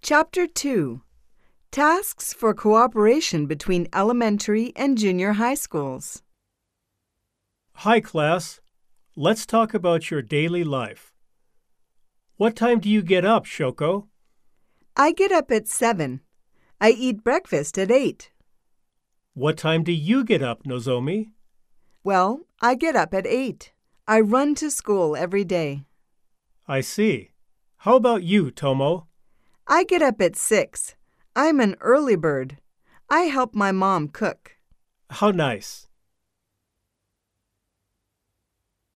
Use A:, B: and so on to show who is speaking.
A: Chapter 2 Tasks for Cooperation Between Elementary and Junior High Schools.
B: Hi, class. Let's talk about your daily life. What time do you get up, Shoko?
A: I get up at 7. I eat breakfast at 8.
B: What time do you get up, Nozomi?
A: Well, I get up at 8. I run to school every day.
B: I see. How about you, Tomo?
A: I get up at 6. I'm an early bird. I help my mom cook.
B: How nice.